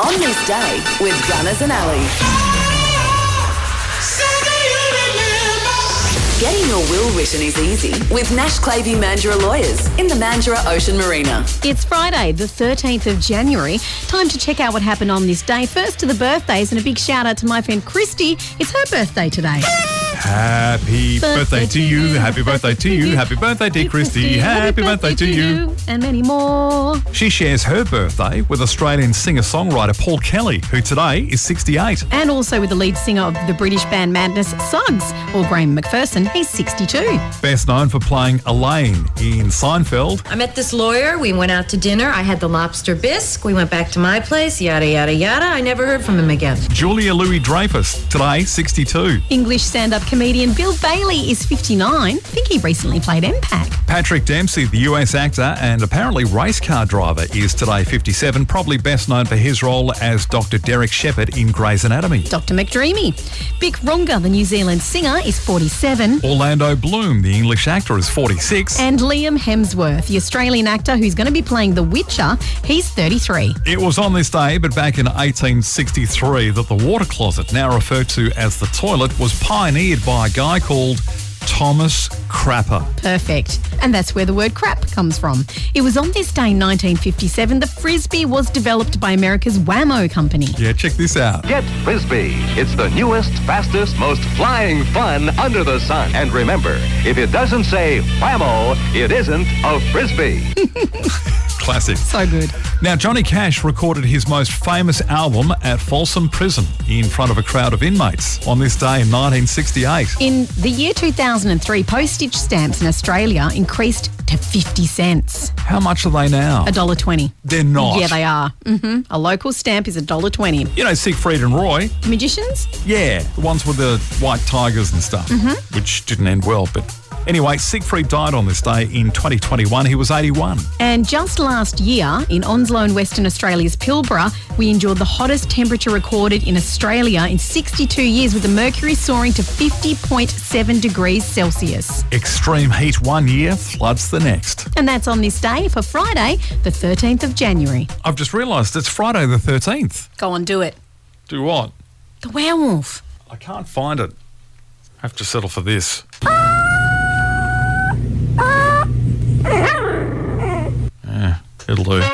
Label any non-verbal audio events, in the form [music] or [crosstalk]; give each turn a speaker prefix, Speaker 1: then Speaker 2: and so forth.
Speaker 1: On this day with Gunners and Alley. Getting your will written is easy with Nash Clavey Mandurah Lawyers in the Mandurah Ocean Marina.
Speaker 2: It's Friday, the 13th of January. Time to check out what happened on this day. First to the birthdays, and a big shout out to my friend Christy. It's her birthday today.
Speaker 3: Happy birthday to you. Happy birthday
Speaker 2: [laughs]
Speaker 3: to you. Happy birthday, dear Christy. Happy birthday to you.
Speaker 2: And many more.
Speaker 3: She shares her birthday with Australian singer songwriter Paul Kelly, who today is 68.
Speaker 2: And also with the lead singer of the British band Madness, Suggs, or Graham McPherson. He's 62.
Speaker 3: Best known for playing Elaine in Seinfeld.
Speaker 4: I met this lawyer. We went out to dinner. I had the lobster bisque. We went back to my place, yada, yada, yada. I never heard from him again.
Speaker 3: Julia Louis Dreyfus, today 62.
Speaker 2: English stand up comedian Bill Bailey is 59. I think he recently played MPAC.
Speaker 3: Patrick Dempsey, the US actor and apparently race car driver, is today 57, probably best known for his role as Dr. Derek Shepherd in Grey's Anatomy.
Speaker 2: Dr. McDreamy. Bic Runga, the New Zealand singer, is 47.
Speaker 3: Orlando Bloom, the English actor, is 46.
Speaker 2: And Liam Hemsworth, the Australian actor who's going to be playing The Witcher, he's 33.
Speaker 3: It was on this day, but back in 1863, that the water closet, now referred to as the toilet, was pioneered by a guy called Thomas Crapper.
Speaker 2: Perfect. And that's where the word crap comes from. It was on this day in 1957 the Frisbee was developed by America's Whammo company.
Speaker 3: Yeah, check this out.
Speaker 5: Get Frisbee. It's the newest, fastest, most flying fun under the sun. And remember, if it doesn't say whammo, it isn't a Frisbee.
Speaker 3: Classic.
Speaker 2: So good.
Speaker 3: Now, Johnny Cash recorded his most famous album at Folsom Prison in front of a crowd of inmates on this day in 1968.
Speaker 2: In the year 2003, postage stamps in Australia increased to 50 cents,
Speaker 3: How much are they now?
Speaker 2: $1.20.
Speaker 3: They're not.
Speaker 2: Yeah, they are. hmm A local stamp is $1.20.
Speaker 3: You know, Siegfried and Roy,
Speaker 2: Magicians?
Speaker 3: yeah, the ones with the white tigers and stuff, which didn't end well. But anyway, Siegfried died on this day in 2021. He was 81.
Speaker 2: And just last year, in Onslow in Western Australia's Pilbara, we endured the hottest temperature recorded in Australia in 62 years, with the mercury soaring to 50.7 degrees Celsius.
Speaker 3: Extreme heat one year, floods the next.
Speaker 2: And that's on this day for Friday, the 13th of January.
Speaker 3: I've just realised it's Friday the 13th.
Speaker 2: Go on, do it.
Speaker 3: Do what?
Speaker 2: The werewolf.
Speaker 3: I can't find it. I have to settle for this. Eh, it'll do.